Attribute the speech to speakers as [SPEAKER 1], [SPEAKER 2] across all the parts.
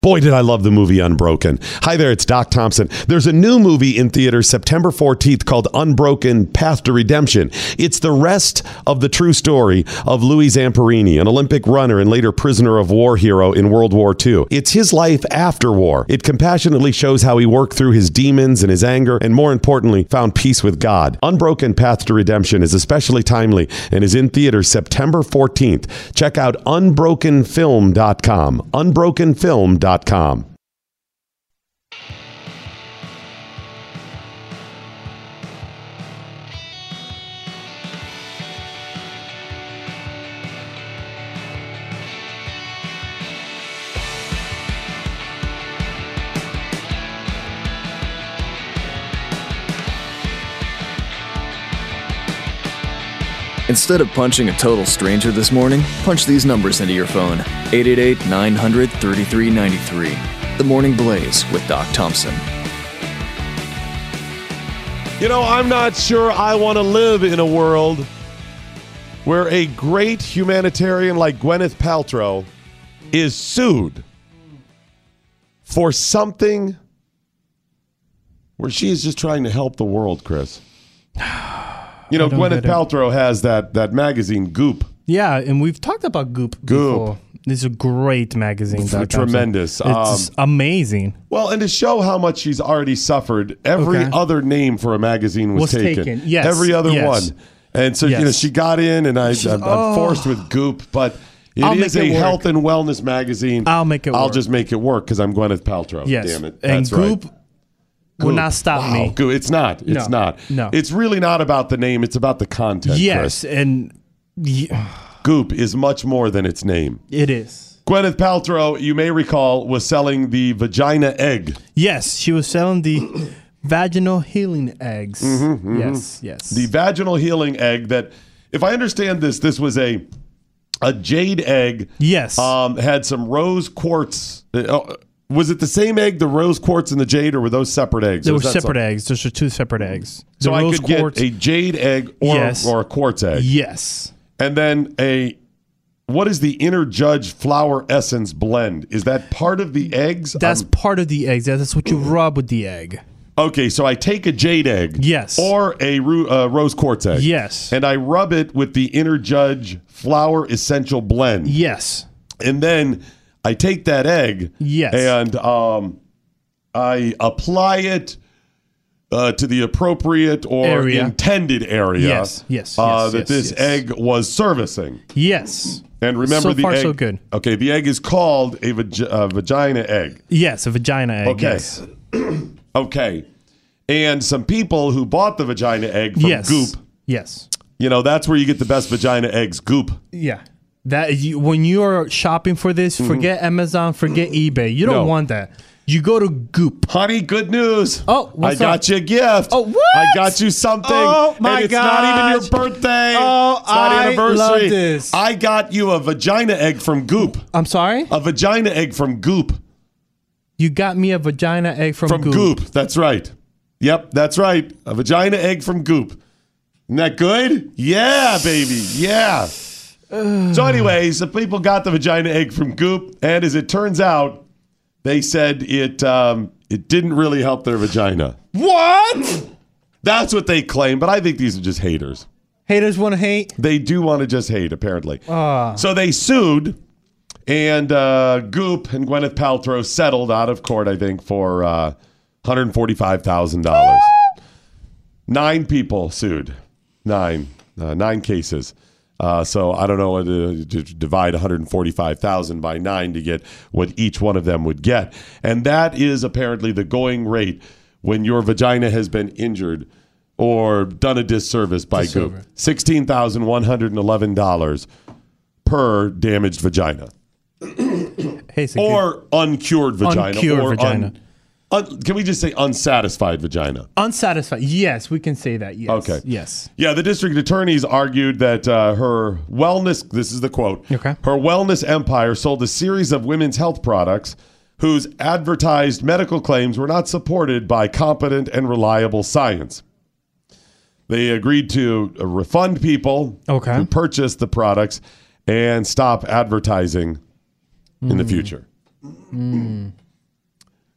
[SPEAKER 1] Boy, did I love the movie Unbroken. Hi there, it's Doc Thompson. There's a new movie in theaters September 14th called Unbroken Path to Redemption. It's the rest of the true story of Louis Zamperini, an Olympic runner and later prisoner of war hero in World War II. It's his life after war. It compassionately shows how he worked through his demons and his anger, and more importantly, found peace with God. Unbroken Path to Redemption is especially timely and is in theaters September 14th. Check out unbrokenfilm.com. Unbrokenfilm.com.
[SPEAKER 2] Instead of punching a total stranger this morning, punch these numbers into your phone 888 900 3393. The Morning Blaze with Doc Thompson.
[SPEAKER 1] You know, I'm not sure I want to live in a world where a great humanitarian like Gwyneth Paltrow is sued for something where she is just trying to help the world, Chris. You know,
[SPEAKER 3] I don't
[SPEAKER 1] Gwyneth
[SPEAKER 3] get it.
[SPEAKER 1] Paltrow has that that magazine Goop.
[SPEAKER 3] Yeah, and we've talked about Goop. before. It's a great magazine. Doc Thompson.
[SPEAKER 1] Tremendous. Um,
[SPEAKER 3] It's amazing.
[SPEAKER 1] Well, and to show how much she's already suffered, every
[SPEAKER 3] Okay.
[SPEAKER 1] other name for a magazine was,
[SPEAKER 3] Was taken. Yes.
[SPEAKER 1] Every other
[SPEAKER 3] Yes.
[SPEAKER 1] one. And so, you know,
[SPEAKER 3] Yes. oh.
[SPEAKER 1] she got in, and I, I'm, I'm forced with goop, but it is
[SPEAKER 3] I'll make
[SPEAKER 1] a
[SPEAKER 3] it work.
[SPEAKER 1] health and wellness magazine.
[SPEAKER 3] I'll make it
[SPEAKER 1] I'll
[SPEAKER 3] work.
[SPEAKER 1] just make it work because I'm Gwyneth Paltrow.
[SPEAKER 3] Yes.
[SPEAKER 1] Oh, Damn it.
[SPEAKER 3] And
[SPEAKER 1] That's right.
[SPEAKER 3] Goop will not stop
[SPEAKER 1] Wow,
[SPEAKER 3] me.
[SPEAKER 1] Goop. It's not. It's
[SPEAKER 3] No.
[SPEAKER 1] not.
[SPEAKER 3] No.
[SPEAKER 1] It's really not about the name. It's about the content.
[SPEAKER 3] Yes,
[SPEAKER 1] Chris.
[SPEAKER 3] and y-
[SPEAKER 1] Goop is much more than its name.
[SPEAKER 3] it is.
[SPEAKER 1] Gwyneth Paltrow, you may recall, was selling the vagina egg.
[SPEAKER 3] Yes, she was selling the vaginal healing eggs. Yes, yes.
[SPEAKER 1] Mm-hmm, the vaginal healing egg that if i understand this this was a a jade egg
[SPEAKER 3] yes.
[SPEAKER 1] um had some rose quartz uh, oh, was it the same egg the rose quartz and the jade or were those separate eggs
[SPEAKER 3] there
[SPEAKER 1] Or
[SPEAKER 3] were
[SPEAKER 1] is that
[SPEAKER 3] separate
[SPEAKER 1] some- Mm-hmm.
[SPEAKER 3] eggs. Those are two separate eggs. The
[SPEAKER 1] so i
[SPEAKER 3] rose
[SPEAKER 1] could
[SPEAKER 3] quartz-
[SPEAKER 1] get a jade egg or,
[SPEAKER 3] Yes.
[SPEAKER 1] or a quartz egg
[SPEAKER 3] yes.
[SPEAKER 1] and then a what is the inner judge flower essence blend is that part of the eggs Um,
[SPEAKER 3] That's
[SPEAKER 1] I'm-
[SPEAKER 3] part of the eggs. That's what you rub with the egg.
[SPEAKER 1] okay so i take a jade egg
[SPEAKER 3] Yes.
[SPEAKER 1] or a ru- uh, rose quartz egg
[SPEAKER 3] Yes.
[SPEAKER 1] and i rub it with the inner judge flower essential blend
[SPEAKER 3] yes.
[SPEAKER 1] and then I take that egg,
[SPEAKER 3] Yes.
[SPEAKER 1] and um, I apply it uh, to the appropriate or
[SPEAKER 3] Area.
[SPEAKER 1] intended area.
[SPEAKER 3] Yes, yes,
[SPEAKER 1] uh,
[SPEAKER 3] yes,
[SPEAKER 1] that
[SPEAKER 3] yes,
[SPEAKER 1] this
[SPEAKER 3] yes.
[SPEAKER 1] egg was servicing.
[SPEAKER 3] Yes.
[SPEAKER 1] And remember,
[SPEAKER 3] So
[SPEAKER 1] the
[SPEAKER 3] far,
[SPEAKER 1] egg,
[SPEAKER 3] so good.
[SPEAKER 1] Okay, the egg is called a vag- uh, vagina egg.
[SPEAKER 3] Yes, a vagina egg.
[SPEAKER 1] Okay.
[SPEAKER 3] Yes.
[SPEAKER 1] Okay, and some people who bought the vagina egg from
[SPEAKER 3] yes.
[SPEAKER 1] Goop,
[SPEAKER 3] Yes.
[SPEAKER 1] you know, that's where you get the best vagina eggs. Goop.
[SPEAKER 3] Yeah. That you, when you are shopping for this, forget Amazon, forget eBay. You don't
[SPEAKER 1] Mm-hmm. No.
[SPEAKER 3] want that. You go to Goop.
[SPEAKER 1] Honey, good news.
[SPEAKER 3] Oh, what's
[SPEAKER 1] I got
[SPEAKER 3] up?
[SPEAKER 1] you a gift.
[SPEAKER 3] Oh, what?
[SPEAKER 1] I got you something.
[SPEAKER 3] Oh, my
[SPEAKER 1] and it's not even
[SPEAKER 3] gosh.
[SPEAKER 1] your birthday.
[SPEAKER 3] Oh,
[SPEAKER 1] it's not
[SPEAKER 3] I
[SPEAKER 1] anniversary.
[SPEAKER 3] love this.
[SPEAKER 1] I got you a vagina egg from Goop.
[SPEAKER 3] I'm sorry.
[SPEAKER 1] A vagina egg from Goop.
[SPEAKER 3] You got me a vagina egg from,
[SPEAKER 1] From Goop. That's right. Yep, that's right. A vagina egg from Goop. Isn't that good? Yeah, baby. Yeah. so, anyways, the people got the vagina egg from Goop, and as it turns out, they said it um, it didn't really help their vagina.
[SPEAKER 3] What?
[SPEAKER 1] That's what they claim, but I think these are just haters.
[SPEAKER 3] Haters want to hate.
[SPEAKER 1] They do want to just hate, apparently. So they sued, and uh, Goop and Gwyneth Paltrow settled out of court, I think, for uh, $145,000. Nine people sued. Nine. Uh, nine cases. Uh, so I don't know what to, to divide 145,000 by nine to get what each one of them would get. And that is apparently the going rate when your vagina has been injured or done a disservice by Goop. $16,111 per damaged vagina
[SPEAKER 3] Hey, it's a good-
[SPEAKER 1] or uncured vagina
[SPEAKER 3] Uncured
[SPEAKER 1] or un-
[SPEAKER 3] vagina.
[SPEAKER 1] un- can we just say unsatisfied vagina?
[SPEAKER 3] unsatisfied. Yes, we can say that. Yes.
[SPEAKER 1] Okay.
[SPEAKER 3] Yes.
[SPEAKER 1] Yeah, the district attorneys argued that uh, her wellness, this is the quote,
[SPEAKER 3] Okay.
[SPEAKER 1] her wellness empire sold a series of women's health products whose advertised medical claims were not supported by competent and reliable science. They agreed to uh, refund people
[SPEAKER 3] Okay.
[SPEAKER 1] who purchased the products and stop advertising in
[SPEAKER 3] Hmm.
[SPEAKER 1] the future.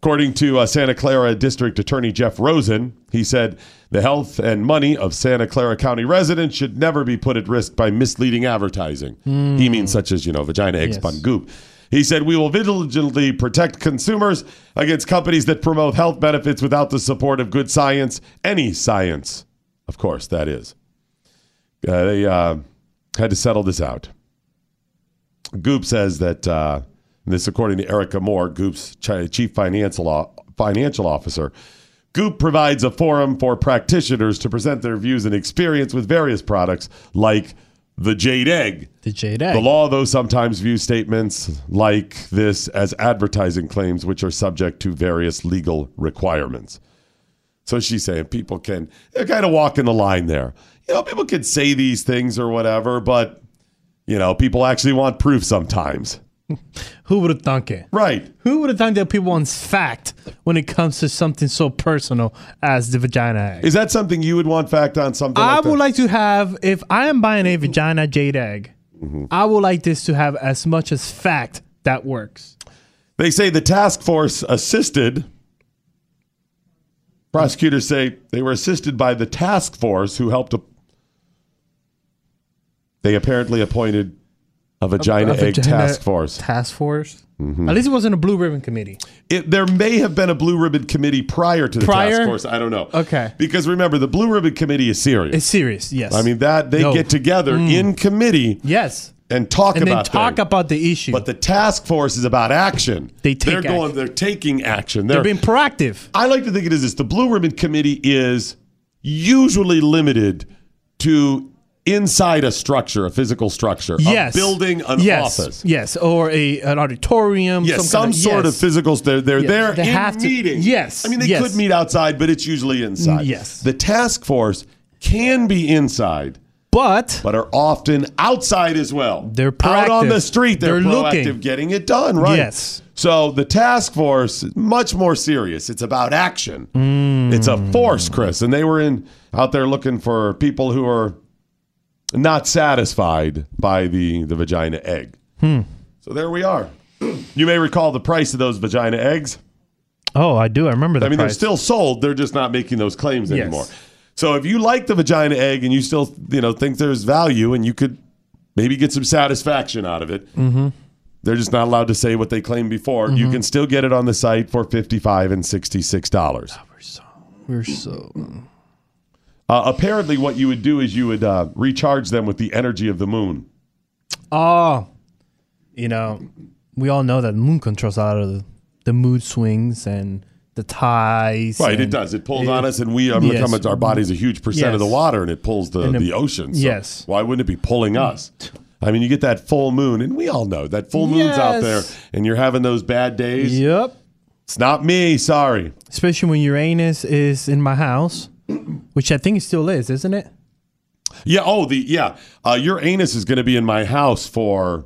[SPEAKER 1] According to uh, Santa Clara District Attorney Jeff Rosen, he said the health and money of Santa Clara County residents should never be put at risk by misleading advertising. He means such as, you know, vagina, egg,
[SPEAKER 3] Yes.
[SPEAKER 1] spun goop. He said, We will vigilantly protect consumers against companies that promote health benefits without the support of good science, any science, of course, that is. Uh, they uh, had to settle this out. Goop says that uh, and this, according to Erica Moore, Goop's chi- chief financial o- financial officer. Goop provides a forum for practitioners to present their views and experience with various products like the Jade Egg.
[SPEAKER 3] The Jade
[SPEAKER 1] The
[SPEAKER 3] Egg.
[SPEAKER 1] law, though, sometimes views statements like this as advertising claims, which are subject to various legal requirements. So she's saying people can, they're kind of walking the line there. You know, people can say these things or whatever, but, you know, people actually want proof sometimes.
[SPEAKER 3] Who would have thunk it?
[SPEAKER 1] Right.
[SPEAKER 3] Who would have thunk that people want fact when it comes to something so personal as the vagina egg?
[SPEAKER 1] Is that something you would want fact on something?
[SPEAKER 3] I
[SPEAKER 1] like that?
[SPEAKER 3] would like to have, if I am buying a vagina jade egg,
[SPEAKER 1] Mm-hmm.
[SPEAKER 3] I would like this to have as much as fact that works.
[SPEAKER 1] They say the task force assisted. Prosecutors say they were assisted by the task force who helped. a- they apparently appointed a vagina
[SPEAKER 3] A
[SPEAKER 1] egg
[SPEAKER 3] vagina
[SPEAKER 1] task force. Mm-hmm.
[SPEAKER 3] Task force? At least it wasn't a blue ribbon committee.
[SPEAKER 1] It, there may have been a blue ribbon committee prior to the task
[SPEAKER 3] Prior?
[SPEAKER 1] force. I don't know.
[SPEAKER 3] Okay.
[SPEAKER 1] Because remember, the blue ribbon committee is serious.
[SPEAKER 3] It's serious, yes.
[SPEAKER 1] I mean that they
[SPEAKER 3] No.
[SPEAKER 1] get together in committee
[SPEAKER 3] yes.
[SPEAKER 1] and talk
[SPEAKER 3] And then
[SPEAKER 1] about
[SPEAKER 3] talk
[SPEAKER 1] things.
[SPEAKER 3] about the issue.
[SPEAKER 1] But the task force is about action.
[SPEAKER 3] They take
[SPEAKER 1] They're going.
[SPEAKER 3] action.
[SPEAKER 1] They're taking action.
[SPEAKER 3] They're being proactive.
[SPEAKER 1] I like to think it is this. The Blue Ribbon Committee is usually limited to inside a structure, a physical structure,
[SPEAKER 3] yes.
[SPEAKER 1] a building, an
[SPEAKER 3] yes.
[SPEAKER 1] office.
[SPEAKER 3] Yes. Or a an auditorium.
[SPEAKER 1] Yes, some,
[SPEAKER 3] kind
[SPEAKER 1] sort
[SPEAKER 3] yes.
[SPEAKER 1] of physical. They're, they're
[SPEAKER 3] Yes,
[SPEAKER 1] there
[SPEAKER 3] they
[SPEAKER 1] in
[SPEAKER 3] have to-
[SPEAKER 1] meetings.
[SPEAKER 3] yes,
[SPEAKER 1] I mean, they
[SPEAKER 3] yes.
[SPEAKER 1] could meet outside, but it's usually inside.
[SPEAKER 3] yes.
[SPEAKER 1] The task force can be inside,
[SPEAKER 3] But
[SPEAKER 1] but are often outside as well.
[SPEAKER 3] They're
[SPEAKER 1] Out on
[SPEAKER 3] proactive.
[SPEAKER 1] the street. They're,
[SPEAKER 3] They're
[SPEAKER 1] proactive,
[SPEAKER 3] looking.
[SPEAKER 1] getting it done, right?
[SPEAKER 3] Yes.
[SPEAKER 1] So the task force is much more serious. It's about action. It's a force, Chris, and they were in out there looking for people who are not satisfied by the the vagina egg. So there we are. You may recall the price of those vagina eggs.
[SPEAKER 3] oh, I do. I remember that.
[SPEAKER 1] I mean, they're still sold. They're just not making those claims
[SPEAKER 3] Yes.
[SPEAKER 1] anymore. So if you like the vagina egg and you still, you know, think there's value and you could maybe get some satisfaction out of it, they're just not allowed to say what they claimed before. You can still get it on the site for fifty-five and sixty-six dollars.
[SPEAKER 3] We're so
[SPEAKER 1] Uh, apparently, what you would do is you would uh, recharge them with the energy of the moon.
[SPEAKER 3] Oh, you know, we all know that moon controls a lot of the, the mood swings and the ties.
[SPEAKER 1] Right, it
[SPEAKER 3] and-
[SPEAKER 1] does. It pulls on us, and we are become
[SPEAKER 3] Yes.
[SPEAKER 1] our body's a huge percent of the
[SPEAKER 3] Yes.
[SPEAKER 1] water, and it pulls the
[SPEAKER 3] it-
[SPEAKER 1] the ocean. So
[SPEAKER 3] yes. Mm.
[SPEAKER 1] why wouldn't it be pulling us? I mean, you get that full moon, and we all know that full moon's out there,
[SPEAKER 3] Yes.
[SPEAKER 1] and you're having those bad days.
[SPEAKER 3] Yep.
[SPEAKER 1] It's not me, sorry.
[SPEAKER 3] Especially when Uranus is in my house, which I think it still is, isn't it?
[SPEAKER 1] Yeah. Oh, the yeah. Uh, your anus is going to be in my house for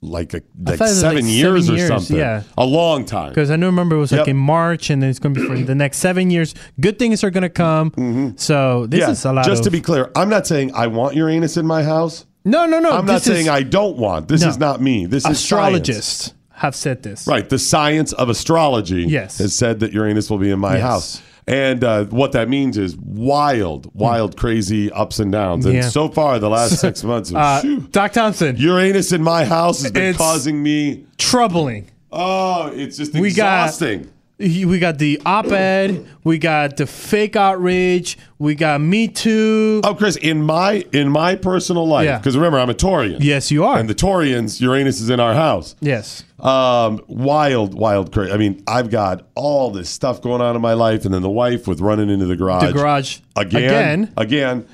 [SPEAKER 1] like a, like
[SPEAKER 3] thought it
[SPEAKER 1] seven
[SPEAKER 3] was like
[SPEAKER 1] years
[SPEAKER 3] seven
[SPEAKER 1] or
[SPEAKER 3] years,
[SPEAKER 1] something.
[SPEAKER 3] yeah.
[SPEAKER 1] A long time.
[SPEAKER 3] Because I do remember it was
[SPEAKER 1] Yep.
[SPEAKER 3] like in March, and then it's going to be for the next seven years. Good things are going to come. So this
[SPEAKER 1] Mm-hmm. yeah.
[SPEAKER 3] is a lot.
[SPEAKER 1] Just
[SPEAKER 3] of,
[SPEAKER 1] to be clear, I'm not saying I want your anus in my house.
[SPEAKER 3] no, no, no.
[SPEAKER 1] I'm not
[SPEAKER 3] this
[SPEAKER 1] saying
[SPEAKER 3] is-
[SPEAKER 1] I don't want. This
[SPEAKER 3] No.
[SPEAKER 1] is not me. This is science.
[SPEAKER 3] astrologists have said this.
[SPEAKER 1] Right. The science of astrology
[SPEAKER 3] Yes.
[SPEAKER 1] has said that Uranus will be in my
[SPEAKER 3] Yes.
[SPEAKER 1] house. And uh, what that means is wild, wild, crazy ups and downs. And
[SPEAKER 3] Hmm. Yeah.
[SPEAKER 1] so far, the last six months,
[SPEAKER 3] Uh,
[SPEAKER 1] phew,
[SPEAKER 3] Doc Thompson,
[SPEAKER 1] Uranus in my house has been
[SPEAKER 3] It's-
[SPEAKER 1] causing me,
[SPEAKER 3] troubling.
[SPEAKER 1] oh, it's just
[SPEAKER 3] We got-
[SPEAKER 1] exhausting.
[SPEAKER 3] He- We got the op-ed, we got the fake outrage, we got Me Too.
[SPEAKER 1] oh, Chris, in my in my personal life,
[SPEAKER 3] Yeah.
[SPEAKER 1] because remember, I'm a Taurian.
[SPEAKER 3] Yes, you are.
[SPEAKER 1] And the Taurians, Uranus is in our house.
[SPEAKER 3] yes.
[SPEAKER 1] Um, wild, wild, crazy. I mean, I've got all this stuff going on in my life, and then the wife with running into the garage.
[SPEAKER 3] The garage
[SPEAKER 1] again, again,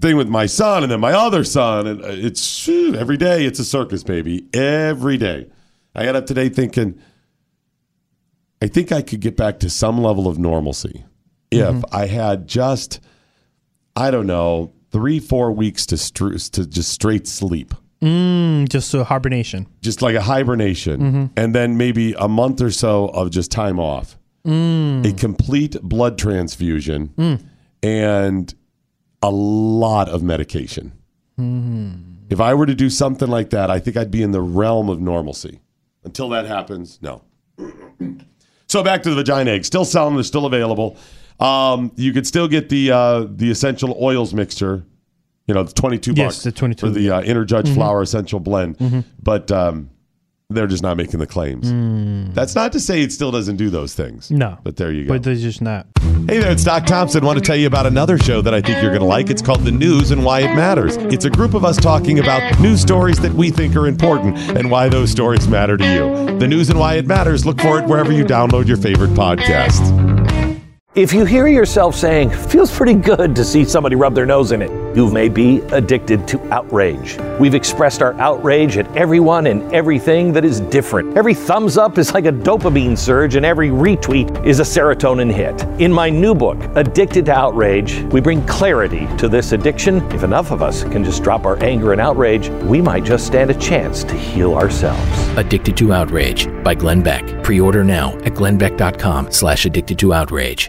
[SPEAKER 1] Thing with my son, and then my other son, and uh, it's phew, every day. It's a circus, baby. Every day, I got up today thinking, I think I could get back to some level of normalcy if I had just, I don't know, three, four weeks to stru- to just straight sleep
[SPEAKER 3] Mm, Just a hibernation.
[SPEAKER 1] just like a hibernation,
[SPEAKER 3] Mm-hmm.
[SPEAKER 1] and then maybe a month or so of just time
[SPEAKER 3] Mm.
[SPEAKER 1] off, a complete blood transfusion, and a lot of medication.
[SPEAKER 3] Mm-hmm.
[SPEAKER 1] If I were to do something like that, I think I'd be in the realm of normalcy. Until that happens, no. so back to the vagina egg. Still selling. They're still available. Um, you could still get the uh, the essential oils mixture. You know, the twenty two
[SPEAKER 3] Yes,
[SPEAKER 1] bucks
[SPEAKER 3] the 22,
[SPEAKER 1] for the uh, Inner Judge
[SPEAKER 3] Mm-hmm.
[SPEAKER 1] Flower Essential Blend, but um, they're just not making the claims. That's not to say it still doesn't do those things.
[SPEAKER 3] Mm. No.
[SPEAKER 1] but there you go.
[SPEAKER 3] But there's just not.
[SPEAKER 1] Hey there, it's Doc Thompson. Want to tell you about another show that I think you're going to like. It's called The News and Why It Matters. It's a group of us talking about news stories that we think are important and why those stories matter to you. The News and Why It Matters. Look for it wherever you download your favorite podcasts.
[SPEAKER 4] If you hear yourself saying, feels pretty good to see somebody rub their nose in it, you may be addicted to outrage. We've expressed our outrage at everyone and everything that is different. Every thumbs up is like a dopamine surge, and every retweet is a serotonin hit. In my new book, Addicted to Outrage, we bring clarity to this addiction. If enough of us can just drop our anger and outrage, we might just stand a chance to heal ourselves.
[SPEAKER 5] Addicted to Outrage by Glenn Beck. Pre-order now at glennbeck.com slash addicted to outrage.